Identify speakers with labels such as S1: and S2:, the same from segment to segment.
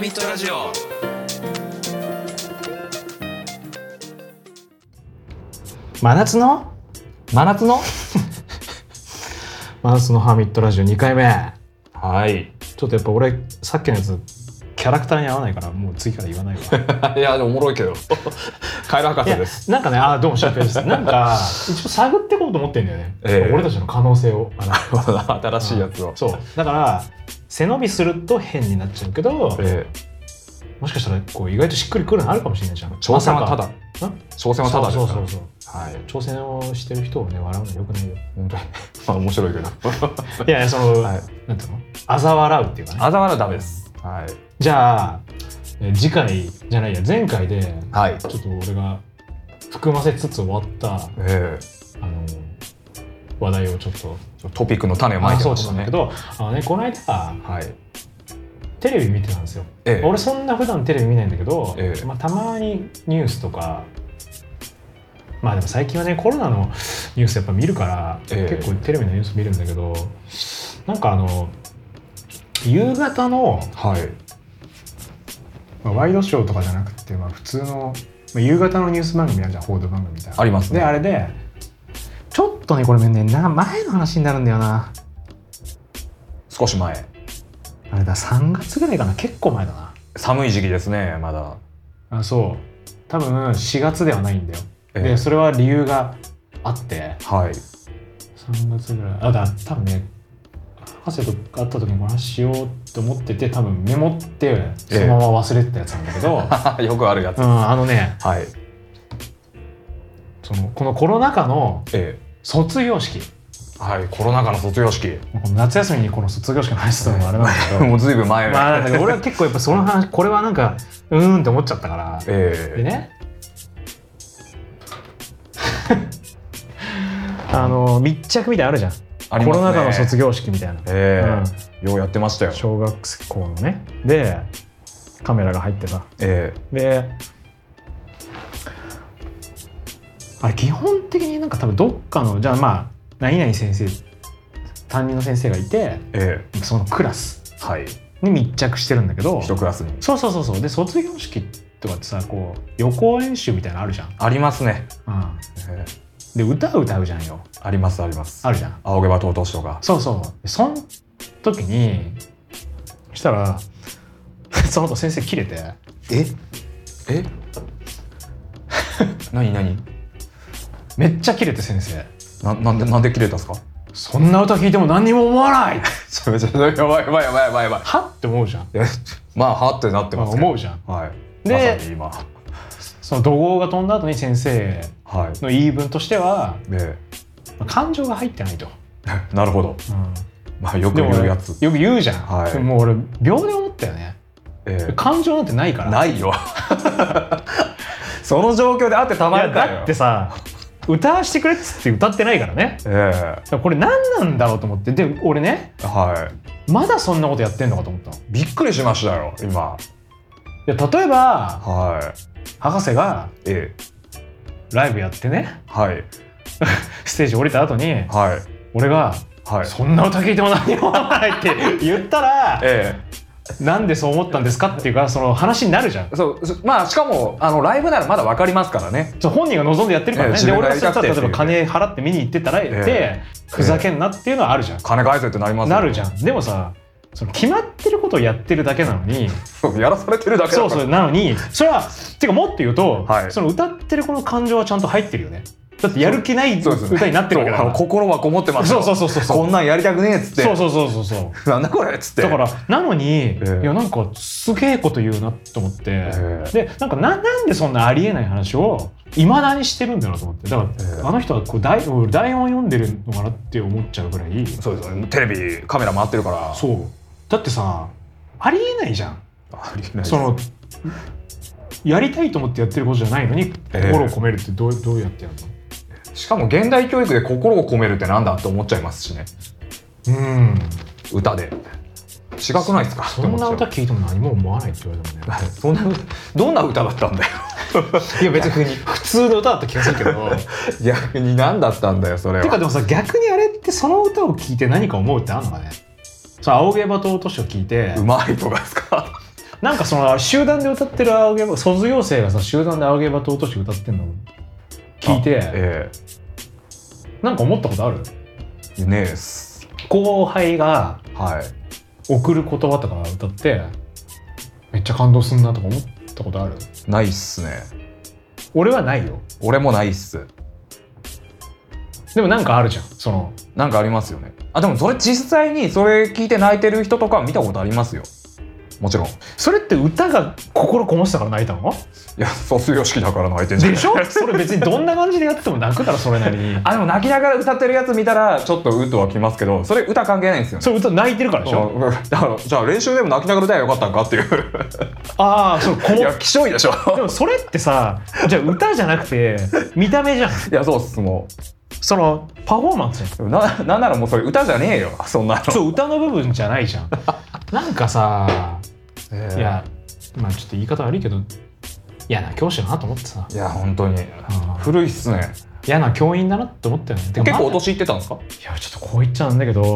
S1: ミットラジオ
S2: 真夏の
S3: 真夏の
S2: 真夏のハーミットラジオ2回目
S3: はい
S2: ちょっとやっぱ俺さっきのやつキャラクターに合わないからもう次から言 わないわ
S3: いやでもおもろいけど カエル博
S2: い
S3: 士
S2: や
S3: です
S2: なんかねあーどうもシュウペイですなんか一応探っていこうと思ってんだよね、
S3: ええ
S2: 俺たちの可能性をあの
S3: 新しいやつを
S2: そうだから背伸びすると変になっちゃうけど、
S3: え
S2: もしかしたらこう意外としっくりくるのあるかもしれないじゃん
S3: ー挑戦はただ
S2: まさかん
S3: 挑戦はただです
S2: そ
S3: から
S2: うそうそうそう
S3: はい
S2: 挑戦をしてる人をね笑うのよくないよ
S3: 本当にまあ面白いけど
S2: いやいやその、
S3: はい
S2: なんていうのあざ笑うっていうか ね
S3: あざ笑うダメですはい
S2: じゃあえー次回じゃないや前回で
S3: はい
S2: ちょっと俺が含ませつつ終わった
S3: え
S2: あの話題をちょっと
S3: ートピックの種をまいて
S2: そう
S3: ま
S2: と
S3: し
S2: な
S3: た
S2: んだ
S3: ね
S2: けどあのねこの間
S3: はい
S2: テレビ見てたんですよ
S3: え
S2: 俺そんな普段テレビ見ないんだけど、
S3: ええ
S2: まあ、たまにニュースとかまあでも最近はねコロナのニュースやっぱ見るから、
S3: ええ
S2: 結構テレビのニュース見るんだけどなんかあの夕方の
S3: はい
S2: まあ、ワイドショーとかじゃなくて、まあ、普通の、まあ、夕方のニュース番組あるじゃん報道番組みたいな
S3: ありますね
S2: であれでちょっとねこれねな前の話になるんだよな
S3: 少し前
S2: あれだ3月ぐらいかな結構前だな
S3: 寒い時期ですねまだ
S2: あそう多分4月ではないんだよ、
S3: え
S2: で
S3: ー
S2: それは理由があって
S3: はい
S2: 3月ぐらいあだ多分ね博士と会った時にこの話しようと思ってて多分メモってそのまま忘れてたやつなんだけ ど、
S3: よくあるやつ
S2: う
S3: は
S2: んあのね
S3: い
S2: そのこのコロナ禍の
S3: え
S2: 卒業式
S3: ーはいコロナ禍の卒業式
S2: この夏休みにこの卒業式の話するのもあれなんだけ ど
S3: もうずいぶん前
S2: まあなんだけど俺は結構やっぱその話これはなんかうーんって思っちゃったから
S3: え
S2: で
S3: ー
S2: ね あの密着みたいなのあるじゃん、
S3: あり
S2: コ
S3: ます
S2: ロ
S3: ね
S2: ナ禍の卒業式みたいな、
S3: えー
S2: うん
S3: ようやってましたよ
S2: 小学校のねでカメラが入ってさ
S3: え
S2: であれ基本的になんか多分どっかのじゃあまあ何々先生担任の先生がいて
S3: ーえ
S2: そのクラス
S3: ーはい
S2: に密着してるんだけど
S3: 一クラスに
S2: そうそうそうそうで卒業式とかってさこう予行演習みたいなのあるじゃん、
S3: ありますね、え
S2: で歌歌うじゃんよ
S3: ーありますあります
S2: あるじゃん
S3: 青毛羽としとか
S2: そうそうでそん時にしたら その後先生切れて
S3: ええ 何何
S2: めっちゃ切れて先生
S3: ななんでなんで切れたんですか
S2: そんな歌聞いても何にも思わない
S3: それそれやばいやばいやばいやばいやばい
S2: はって思うじゃん、
S3: いやまあはってなって
S2: まあ、
S3: ますけど
S2: 思うじゃん
S3: はい
S2: で
S3: まさに今
S2: その怒号が飛んだ後に先生
S3: はい
S2: の言い分としては
S3: で
S2: まあ感情が入ってないと、
S3: なるほどまあよく
S2: でも
S3: 言う
S2: 俺
S3: や
S2: よ
S3: つ
S2: く言うじゃん、
S3: はい
S2: でも俺秒で思ったよね
S3: ええ
S2: 感情なんてないか ら
S3: ないよその状況であってた
S2: い
S3: ま
S2: や
S3: るかよ
S2: だってさ歌わしてくれっつって歌ってないからね
S3: え
S2: これ何なんだろうと思ってで俺ね
S3: えは
S2: まだそんなことやってんのかと思ったのい
S3: いびっくりしましたよ今
S2: や例えば
S3: は
S2: 博士が
S3: いええ
S2: ライブやってね
S3: はい
S2: ステージ降りた後に
S3: はい
S2: 俺が
S3: は
S2: 「
S3: い
S2: そんな歌聞いても何も思わない」って言ったら
S3: ええ
S2: 「なんでそう思ったんですか?」っていうかその話になるじゃん。
S3: そうそまあしかもあのライブならまだ分かりますからね
S2: そう本人が望んでやってるから
S3: え
S2: ね、
S3: え自
S2: で
S3: 分が
S2: 俺が
S3: やりたくて
S2: 例えば金払って見に行ってたら、
S3: え
S2: でふざけんなっていうのはあるじゃん、
S3: 金返せってなりますよ
S2: なるじゃんでもさその決まってることをやってるだけなのに
S3: そうやらされてるだけだか
S2: そ
S3: ら
S2: うそうなのにそれはてかもっと言うと、
S3: はい
S2: その歌ってるこの感情はちゃんと入ってるよねだってやる気ない
S3: そうですね
S2: 歌になってるわけだか
S3: そうあの
S2: ら
S3: 心はこもってます
S2: そうそううそうそう
S3: こんなんやりたくねえっつって
S2: そうそうそうそうそう
S3: なんだこれっつって
S2: だからなのに、
S3: え
S2: いやなんかすげえこと言うなと思って、
S3: ええ
S2: でなんかななんでそんなありえない話をいまだにしてるんだろうと思ってだから、
S3: ええ
S2: あの人はこう台俺台本読んでるのかなって思っちゃうぐらい
S3: そうですよねテレビカメラ回ってるから
S2: そうだってさありえないじゃん
S3: ありえない
S2: そのやりたいと思ってやってることじゃないのに
S3: ええ
S2: 心を込めるってどう,、どうやってやるの
S3: しかも現代教育で心を込めるってなんだって思っちゃいますしね
S2: うん
S3: 歌で違くないですか
S2: そんな歌
S3: って
S2: 聞いても何も思わないって言われてもね
S3: 思っちゃう そんなどんな歌だったんだよ
S2: いや別に普通の歌だった気がするけど
S3: 逆に何だったんだよそれは
S2: てかでもさ逆にあれってその歌を聞いて何か思うってあんのかねそう青毛羽と落としを聞いて
S3: うまいとかですか
S2: なんかその集団で歌ってる青毛羽卒業生がさ集団で青毛羽と落とし歌ってんの聞い
S3: あ
S2: て
S3: え
S2: なんか思ったことある
S3: えねえす
S2: 後輩が
S3: はい
S2: 送る言葉とか歌ってめっちゃ感動すんなとか思ったことある
S3: ないっすね
S2: 俺はないよ
S3: 俺もないっす
S2: でもなんかあるじゃんその
S3: なんかありますよねあでもそれ実際にそれ聞いて泣いてる人とかは見たことありますよもちろんい
S2: それって歌が心こもしてたから泣いたの
S3: や卒業式だから泣いてんじゃん
S2: でしょそれ別にどんな感じでやってても泣くからそれなりに
S3: あでも泣きながら歌ってるやつ見たらちょっとうっとはきますけどそれ歌関係ないんですよね
S2: それ歌泣いてるからでしょ
S3: うん だからじゃあ練習でも泣きながら歌えばよかったんかっていう
S2: ああそうこも
S3: いやきしょいでしょ
S2: でもそれってさじゃあ歌じゃなくて見た目じゃん
S3: いやそうっすも
S2: そのパフォーマンスじゃん
S3: うななんならもうそれ歌じゃねえよそんなの
S2: そう歌の部分じゃないじゃんなんかさ
S3: ええ
S2: いやまあちょっと言い方悪いけど嫌な教師だなと思ってさ
S3: いや本当に古いっすね
S2: 嫌な教員だなって思ったよねでも
S3: 結構お
S2: ま
S3: 年いってたんですか
S2: あいやちょっとこう言っちゃなんだけど、
S3: い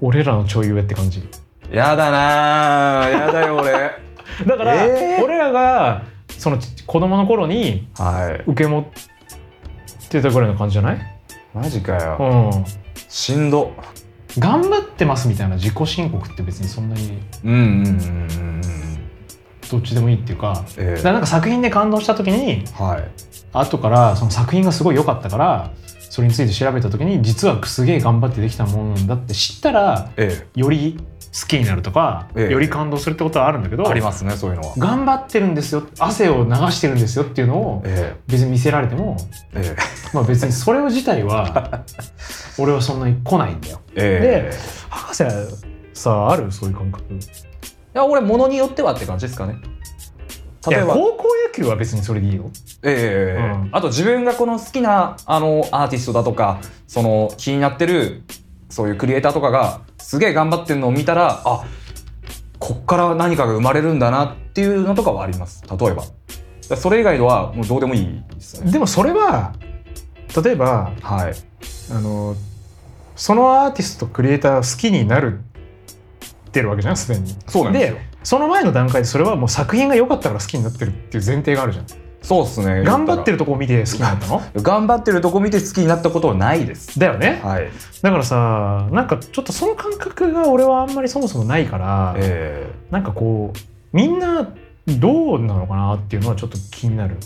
S2: 俺らのちょい上って感じ
S3: やだなあやだよ俺
S2: だから、
S3: えー
S2: 俺らがそのち子供の頃に
S3: はい
S2: 受け持ってたぐらいの感じじゃない
S3: マジか
S2: う
S3: よ
S2: ん
S3: しんど
S2: 頑張ってますみたいな自己申告って別にそんなに
S3: うんうんうんうんうん
S2: どっちでもいいっていうか
S3: え
S2: だ
S3: え
S2: からなんか作品で感動した時に
S3: はい
S2: 後からその作品がすごい良かったからそれについて調べた時に実はすげえ頑張ってできたものなんだって知ったら
S3: え
S2: より好きになるとか、
S3: ええ
S2: より感動するってことはあるんだけ
S3: え
S2: ど
S3: ありますねそういうのは
S2: 頑張ってるんですよ汗を流してるんですよっていうのを
S3: え
S2: 別に見せられても、
S3: ええ
S2: まあ、別にそれ自体 は俺はそんなに来ないんだよ。
S3: えええ
S2: で博士さああるそういう感覚
S3: いや俺ものによってはって感じですかね
S2: い
S3: 例え
S2: や
S3: ば
S2: 高校野球は別にそれでいいよ。
S3: ええ
S2: うん
S3: あと自分がこの好きなあのアーティストだとかその気になってるそういうクリエイターとかがすげえ頑張ってるのを見たらあこっから何かが生まれるんだなっていうのとかはあります例えばだからそれ以外のはもうどうでもいいですね
S2: でもそれは例えば
S3: はい
S2: あのそのアーティストクリエイター好きになるってるわけじゃんすでに。
S3: そうなんですよ
S2: でその前の段階でそれはもう作品が良かったから好きになってるっていう前提があるじゃん。
S3: そうっすね
S2: 頑張って
S3: る
S2: るとこを見て好きになったの
S3: 頑張ってるとこ見て好きになったことはないです
S2: だよね。
S3: はい
S2: だからさなんかちょっとその感覚が俺はあんまりそもそもないから、
S3: え
S2: なんかこうみんなどうなのかなっていうのはちょっと気になるい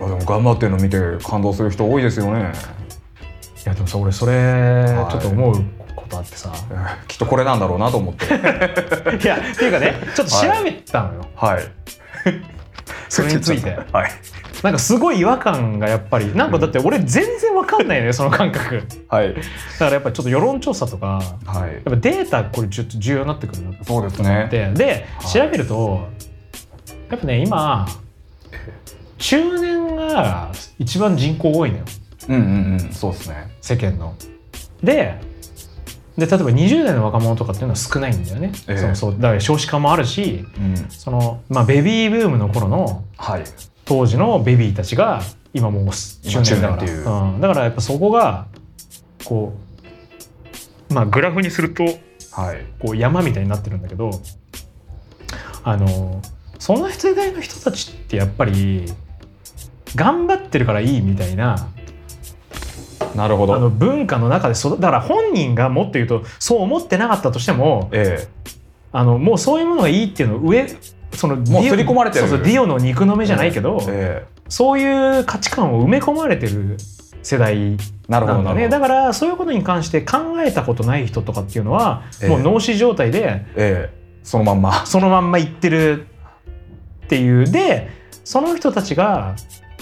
S3: えでも頑張ってるの見て感動する人多いですよね
S2: やでもさ俺それ
S3: い
S2: ちょっと思うことあっ てさ、
S3: ええきっとこれなんだろうなと思って
S2: い、やっていうかねちょっと調べたのよ、
S3: はい
S2: それについて
S3: はい
S2: なんかすごい違和感がやっぱりなんかだって俺全然わかんないのよその感覚だ
S3: はい
S2: からやっぱりちょっと世論調査とか
S3: はい。
S2: やっぱデータこれちょっと重要になってくるなと
S3: そうですね。
S2: でで
S3: はい
S2: 調べるとやっぱね今中年が一番人口多いのよ
S3: うんうんうん。そうですね。
S2: 世間の。でで例えば20代の若者とかっていうのは少ないんだよね。
S3: ええ
S2: そうそうだから少子化もあるし
S3: うん。
S2: その、まあ、ベビーブームの頃の
S3: はい。
S2: 当時のベビーたちが今もう中年だか
S3: 今中年って
S2: ら
S3: いう
S2: うん、だからやっぱそこがこう、まあ、グラフにすると
S3: はい。
S2: こう山みたいになってるんだけどあのその世代の人たちってやっぱり頑張ってるからいいみたいな
S3: なるほ
S2: あの
S3: ど。
S2: 文化の中で育だから本人がもっと言うとそう思ってなかったとしても
S3: え
S2: あのもうそういうものがいいっていうのを上その
S3: もう刷り込まれてる
S2: そうそうディオの肉の目じゃないけど、
S3: え。え
S2: そういう価値観を埋め込まれてる世代
S3: え。なるほど。
S2: なん
S3: な
S2: だ
S3: る
S2: ね
S3: ほど。
S2: だからそういうことに関して考えたことない人とかっていうのは、
S3: ええ
S2: もう脳死状態で
S3: ええ。そのまん ま。
S2: そのまんま行ってるっていうでその人たちが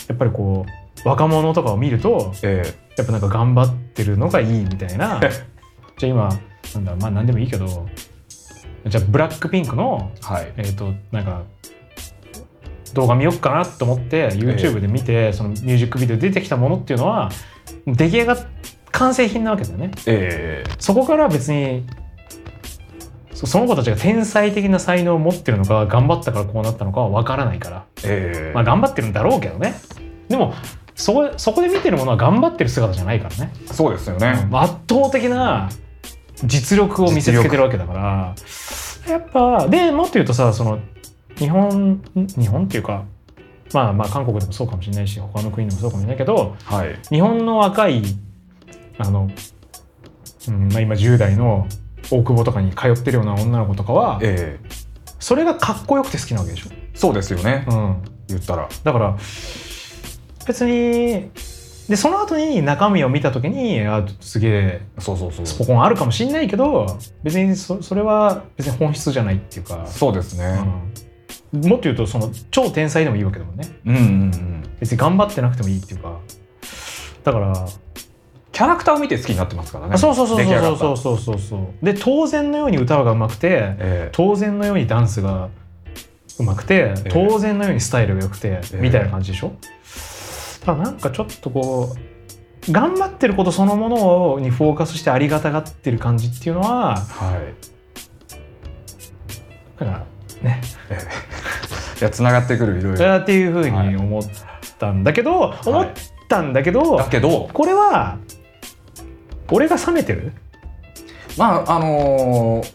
S2: やっぱりこう若者とかを見ると
S3: ええ。
S2: やっぱなんか頑張ってるのがいいみたいなじゃあ今なんだまあ何でもいいけどじゃあブラックピンクの
S3: はい。
S2: えっ、となんか動画見よっかなと思って YouTube で見て、そのミュージックビデオ出てきたものっていうのは出来上がっ完成品なわけだよね
S3: ええ。
S2: そこから別にそその子たちが天才的な才能を持ってるのか頑張ったからこうなったのかは分からないから、
S3: ええ。
S2: まあ、頑張ってるんだろうけどねでもそこそこで見てるものは頑張ってる姿じゃないからね
S3: そうですよね。
S2: 圧倒的な実力を見せつけてるわけだからやっぱでもっと言うとさその日本ん日本っていうかまあまあ韓国でもそうかもしれないし他の国でもそうかもしれないけど
S3: はい
S2: 日本の若いあの、うんまあ、今10代の大久保とかに通ってるような女の子とかは
S3: ええ
S2: それがかっこよくて好きなわけでしょ。
S3: そうですよね、
S2: うん
S3: 言ったら
S2: だから別にでその後に中身を見た時にあすげえ
S3: そうそうそう
S2: スポコンあるかもしんないけど別にそそれは別に本質じゃないっていうか、
S3: そうですね、
S2: うんもっと言うとその超天才でもいいわけだもんね
S3: うん、うんうん
S2: 別に頑張ってなくてもいいっていうかだから、
S3: キャラクターを見て好きになってますからね
S2: あそうそうそう
S3: 出来上
S2: そ
S3: が
S2: う
S3: った
S2: そうそうそうそうで当然のように歌がうまくて
S3: ええ
S2: 当然のようにダンスがうまくて
S3: え
S2: 当然のようにスタイルが良くて、
S3: え
S2: みたいな感じでしょだからなんかちょっとこう頑張ってることそのものにフォーカスしてありがたがってる感じっていうのは
S3: はい
S2: なんかね
S3: ええいや繋がってくるいろいろ
S2: あーっていうふうに思ったんだけど、思
S3: はい
S2: ったんだけど、
S3: だけど
S2: これは俺が冷めてる
S3: まああのー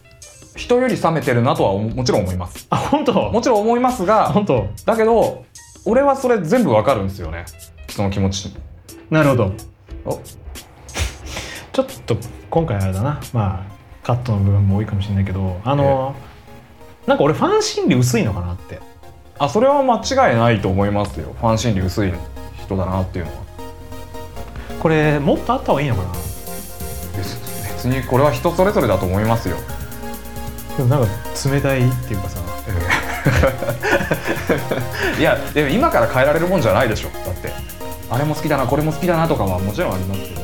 S3: 人より冷めてるなとは思もちろん思います
S2: あ本当
S3: もちろん思いますが
S2: 本当
S3: だけど俺はそれ全部わかるんですよねその気持ち
S2: なるほど
S3: お
S2: ちょっと今回あれだなまあカットの部分も多いかもしれないけどあの、なんか俺ファン心理薄いのかなって
S3: あそれは間違いないと思いますよファン心理薄い人だなっていうのは
S2: これもっとあった方がいいのかな
S3: 別別にこれは人それぞれだと思いますよ、
S2: でもなんか冷たいっていうかさ
S3: ええ いやでも今から変えられるもんじゃないでしょだってあれも好きだなこれも好きだなとかはもちろんありますけど